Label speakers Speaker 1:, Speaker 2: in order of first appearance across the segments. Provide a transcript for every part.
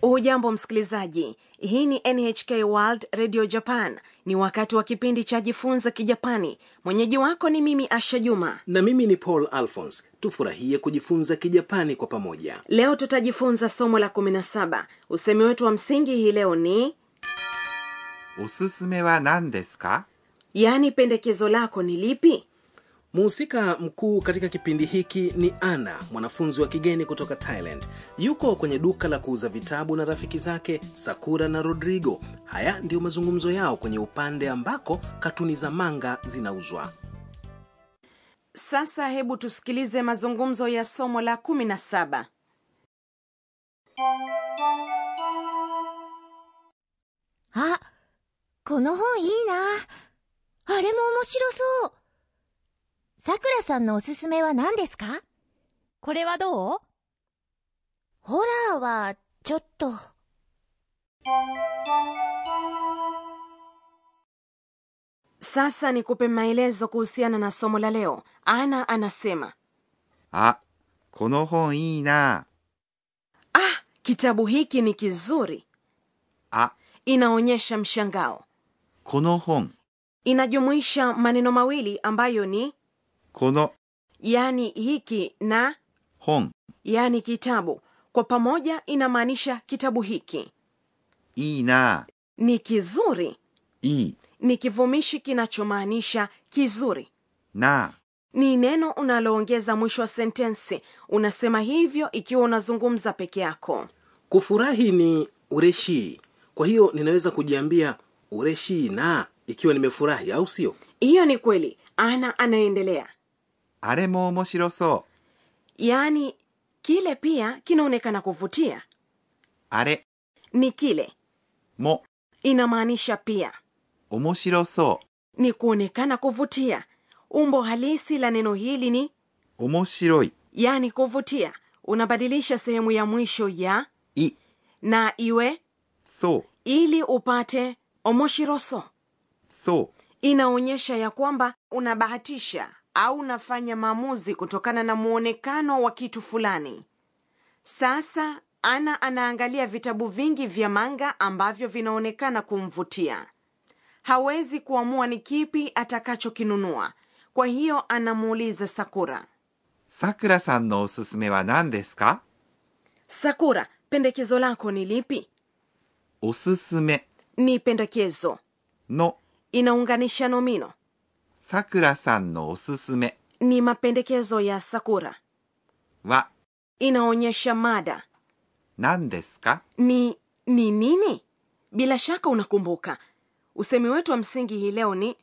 Speaker 1: hujambo msikilizaji hii ni nhk world radio japan ni wakati wa kipindi cha jifunza kijapani mwenyeji wako ni mimi asha juma
Speaker 2: na mimi ni paul alphons tufurahie kujifunza kijapani kwa pamoja
Speaker 1: leo tutajifunza somo la 17 usemi wetu wa msingi hii leo ni
Speaker 3: おすすめは何ですか
Speaker 1: yaani pendekezo lako ni lipi
Speaker 2: mhusika mkuu katika kipindi hiki ni ana mwanafunzi wa kigeni kutoka thailand yuko kwenye duka la kuuza vitabu na rafiki zake sakura na rodrigo haya ndiyo mazungumzo yao kwenye upande ambako katuni za manga zinauzwa
Speaker 1: sasa hebu tusikilize mazungumzo ya somo la 17
Speaker 4: あ、この本いいな。あれも面白そう。さくらさんのおすすめは何ですかこれはどうホラーは、ちょっと。
Speaker 1: sasa nikupe maelezo kuhusiana na somo la leo ana anasema
Speaker 3: あ、この本いいな。
Speaker 1: ah kitabu hiki ni kizuri
Speaker 3: あ、
Speaker 1: inaonyesha mshangao
Speaker 3: この本、
Speaker 1: inajumuisha maneno mawili ambayo ni
Speaker 3: この
Speaker 1: yani hiki na
Speaker 3: 本、
Speaker 1: yani kitabu kwa pamoja inamaanisha kitabu hiki
Speaker 3: いいな。
Speaker 1: ni kizuri
Speaker 3: いい
Speaker 1: ni kivumishi kinachomaanisha kizuri
Speaker 3: な。
Speaker 1: ni neno unaloongeza mwisho wa sentensi unasema hivyo ikiwa unazungumza peke yako
Speaker 2: kufurahi ni ureshi kwa hiyo ninaweza kujiambia ureshi na ikiwa nimefurahi au sio
Speaker 1: hiyo ni kweli ana anaendelea
Speaker 3: あれも面白そう。
Speaker 1: yaani kile pia kinaonekana kuvutia
Speaker 3: あれ
Speaker 1: ni kile
Speaker 3: も
Speaker 1: inamaanisha pia
Speaker 3: 面白そ
Speaker 1: ni kuonekana kuvutia umbo halisi la neno hili ni
Speaker 3: う。面白い。
Speaker 1: yaani kuvutia unabadilisha sehemu ya mwisho ya
Speaker 3: い、
Speaker 1: na iwe
Speaker 3: そう、
Speaker 1: ili upate omoshiroso
Speaker 3: そう。
Speaker 1: inaonyesha ya kwamba unabahatisha au unafanya maamuzi kutokana na mwonekano wa kitu fulani sasa ana anaangalia vitabu vingi vya manga ambavyo vinaonekana kumvutia hawezi kuamua ni kipi atakachokinunua kwa hiyo anamuuliza sakura
Speaker 3: さくらさんのおすすめは何ですか
Speaker 1: sakura pendekezo lako ni lipi
Speaker 3: おすすめ
Speaker 1: ni pendekezo
Speaker 3: の
Speaker 1: inaunganisha nomino
Speaker 3: さくらさんのおすすめ
Speaker 1: ni mapendekezo ya sakura
Speaker 3: は
Speaker 1: inaonyesha mada
Speaker 3: 何ですか
Speaker 1: ni ni nini bila shaka unakumbuka usemi wetu wa msingi hii leo ni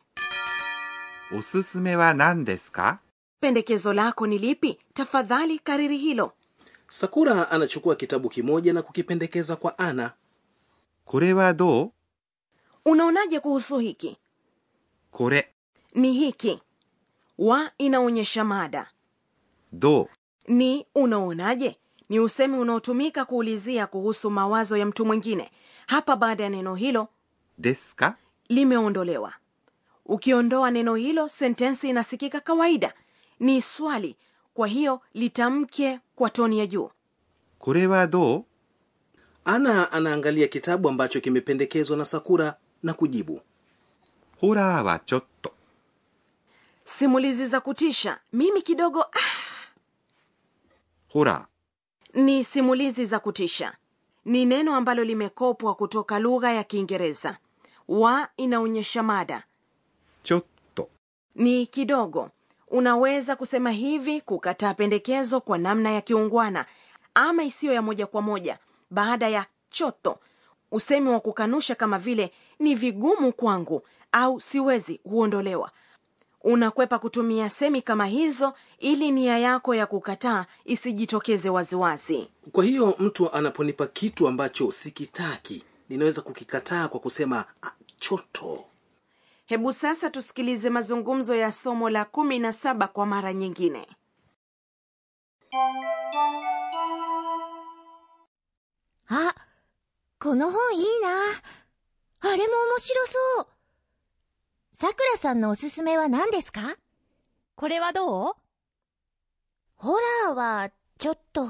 Speaker 3: おすすめは何ですか
Speaker 1: pendekezo lako ni lipi tafadhali kariri hilo
Speaker 2: sakura anachukua kitabu kimoja na kukipendekeza kwa ana
Speaker 3: これはどう
Speaker 1: unaonaje kuhusu hiki
Speaker 3: これ、
Speaker 1: ni hiki wa inaonyesha mada
Speaker 3: どう
Speaker 1: ni unaonaje ni usemi unaotumika kuulizia kuhusu mawazo ya mtu mwingine hapa baada ya neno hilo
Speaker 3: ですか
Speaker 1: limeondolewa ukiondoa neno hilo sentensi inasikika kawaida ni swali kwa hiyo litamke kwa toni ya juu
Speaker 3: これはどう
Speaker 2: ana anaangalia kitabu ambacho kimependekezwa na sakura na kujibu
Speaker 3: ホラーはちょっと。
Speaker 1: simulizi za kutisha mimi kidogo ah,
Speaker 3: ホラ
Speaker 1: ni simulizi za kutisha ni neno ambalo limekopwa kutoka lugha ya kiingereza wa inaonyesha mada
Speaker 3: ー、ちょっと。
Speaker 1: ni kidogo unaweza kusema hivi kukataa pendekezo kwa namna ya kiungwana ama isiyo ya moja kwa moja baada ya choto usemi wa kukanusha kama vile ni vigumu kwangu au siwezi huondolewa unakwepa kutumia semi kama hizo ili nia yako ya kukataa isijitokeze waziwazi
Speaker 2: kwa hiyo mtu anaponipa kitu ambacho sikitaki ninaweza kukikataa kwa kusema "Ah, choto
Speaker 1: hebu sasa tusikilize mazungumzo ya somo la 17 kwa mara nyingine
Speaker 4: あ、この本いいな。あれも面白そう。さくらさんのおすすめは何ですかこれはどうホラーは、ちょっと。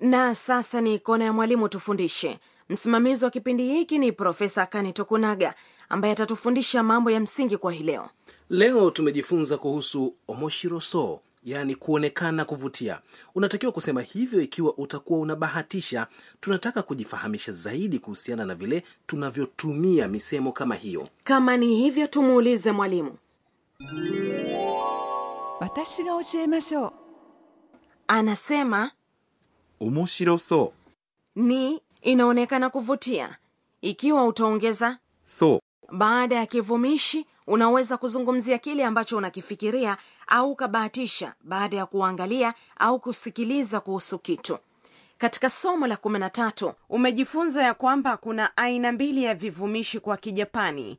Speaker 1: na sasa ni kona ya mwalimu tufundishe msimamizi wa kipindi hiki ni profesa kani tokunaga ambaye atatufundisha mambo ya msingi kwa hii leo
Speaker 2: leo tumejifunza kuhusu omoshiroso yaani kuonekana kuvutia unatakiwa kusema hivyo ikiwa utakuwa unabahatisha tunataka kujifahamisha zaidi kuhusiana na vile tunavyotumia misemo kama hiyo
Speaker 1: kama ni hivyo tumuulize mwalimu
Speaker 5: 私が教えましょう
Speaker 1: anasema
Speaker 3: 面白そ
Speaker 1: ni inaonekana kuvutia ikiwa utaongeza
Speaker 3: う。そう。
Speaker 1: baada ya kivumishi unaweza kuzungumzia kile ambacho unakifikiria au ukabahatisha baada ya kuangalia au kusikiliza kuhusu kitu katika somo la 13 umejifunza ya kwamba kuna aina mbili ya vivumishi kwa kijapani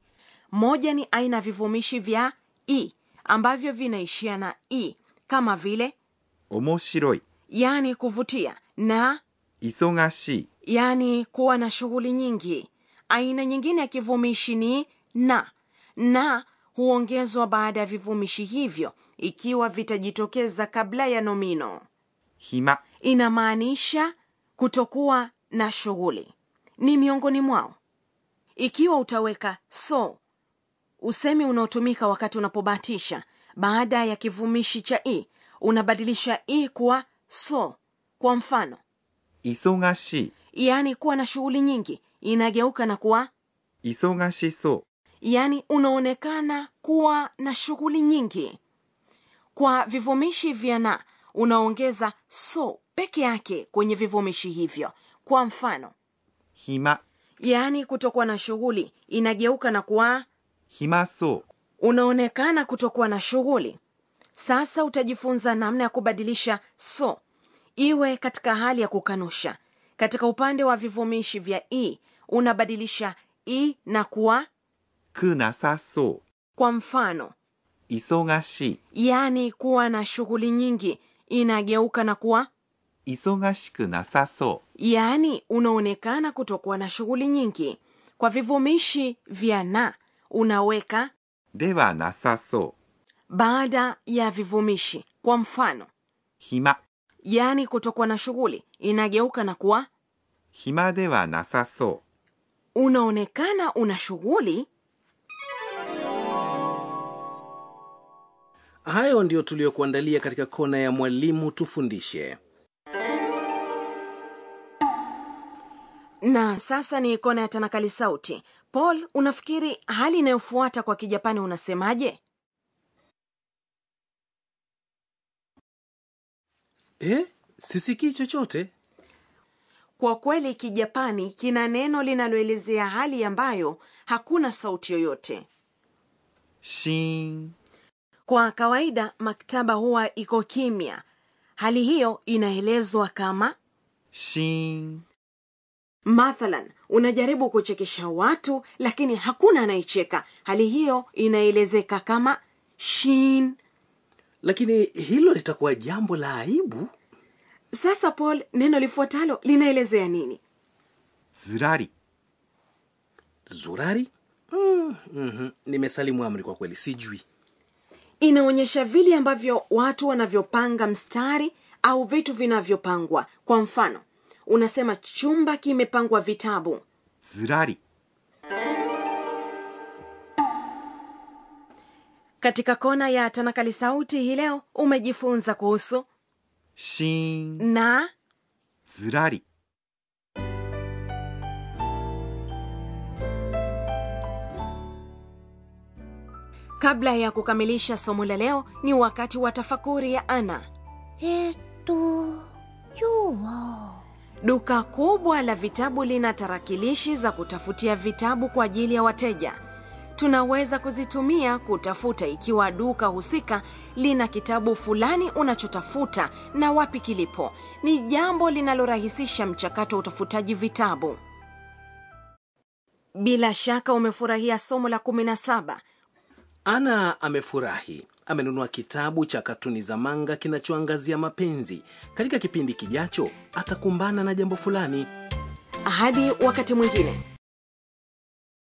Speaker 1: moja ni aina ya vivumishi vya i ambavyo vinaishia na i kama vile
Speaker 3: 面白い。
Speaker 1: yani kuvutia na
Speaker 3: 忙しい。
Speaker 1: yaani kuwa na shughuli nyingi aina nyingine ya kivumishi ni na na huongezwa baada ya vivumishi hivyo ikiwa vitajitokeza kabla ya nomino
Speaker 3: 暇。
Speaker 1: inamaanisha kutokuwa na shughuli ni miongoni mwao ikiwa utaweka so usemi unaotumika wakati unapobahatisha baada ya kivumishi cha i unabadilisha i kuwa so kwa mfano
Speaker 3: 忙し
Speaker 1: yaani kuwa na shughuli nyingi inageuka na kuwa
Speaker 3: い。忙しそ
Speaker 1: yaani unaonekana kuwa na shughuli nyingi kwa vivumishi vya na unaongeza so peke yake kwenye vivumishi hivyo kwa mfano
Speaker 3: う。暇。
Speaker 1: yaani kutokuwa na shughuli inageuka na kuwa
Speaker 3: 暇そ
Speaker 1: unaonekana kutokuwa na shughuli sasa utajifunza namna ya kubadilisha so iwe katika hali ya kukanusha katika upande wa vivumishi vya i unabadilisha i na kuwa
Speaker 3: う。くなさそ
Speaker 1: kwa mfano
Speaker 3: う。忙し
Speaker 1: yaani kuwa na shughuli nyingi inageuka na kuwa
Speaker 3: い。忙しくなさそ
Speaker 1: yaani unaonekana kutokuwa na shughuli nyingi kwa vivumishi vya na unaweka
Speaker 3: う。ではなさそう。
Speaker 1: baada ya vivumishi kwa mfano
Speaker 3: 暇。
Speaker 1: yaani kutokuwa na shughuli inageuka na kuwa
Speaker 3: 暇ではなさそ
Speaker 1: unaonekana una shughuli
Speaker 2: hayo ndiyo tuliyokuandalia katika kona ya mwalimu tufundishe
Speaker 1: na sasa ni ikona ya tanakali sauti paul unafikiri hali inayofuata kwa kijapani unasemaje
Speaker 2: eh sisikii chochote
Speaker 1: kwa kweli kijapani kina neno linaloelezea hali ambayo hakuna sauti yoyote
Speaker 3: う。しーん。
Speaker 1: kwa kawaida maktaba huwa iko kimya hali hiyo inaelezwa kama
Speaker 3: しーん。
Speaker 1: mathalan unajaribu kuchekesha watu lakini hakuna anayecheka hali hiyo inaelezeka kama shin
Speaker 2: lakini hilo litakuwa jambo la aibu
Speaker 1: sasa paul neno lifuatalo linaelezea nini
Speaker 3: ずらり。
Speaker 2: zurari mm, mm nimesalimu amri kwa kweli sijui
Speaker 1: inaonyesha vile ambavyo watu wanavyopanga mstari au vitu vinavyopangwa kwa mfano unasema chumba kimepangwa vitabu
Speaker 3: ずらり。
Speaker 1: katika kona ya tanakali sauti hii leo umejifunza kuhusu
Speaker 3: しーん。
Speaker 1: na
Speaker 3: ずらり。
Speaker 1: kabla ya kukamilisha somo la leo ni wakati wa tafakuri ya ana
Speaker 4: えー、っと今日は
Speaker 1: duka kubwa la vitabu lina tarakilishi za kutafutia vitabu kwa ajili ya wateja tunaweza kuzitumia kutafuta ikiwa duka husika lina kitabu fulani unachotafuta na wapi kilipo ni jambo linalorahisisha mchakato wa utafutaji vitabu bila shaka umefurahia somo la 17
Speaker 2: ana amefurahi amenunua kitabu cha katuni za manga kinachoangazia mapenzi katika kipindi kijacho atakumbana na jambo fulani
Speaker 1: hadi wakati mwingine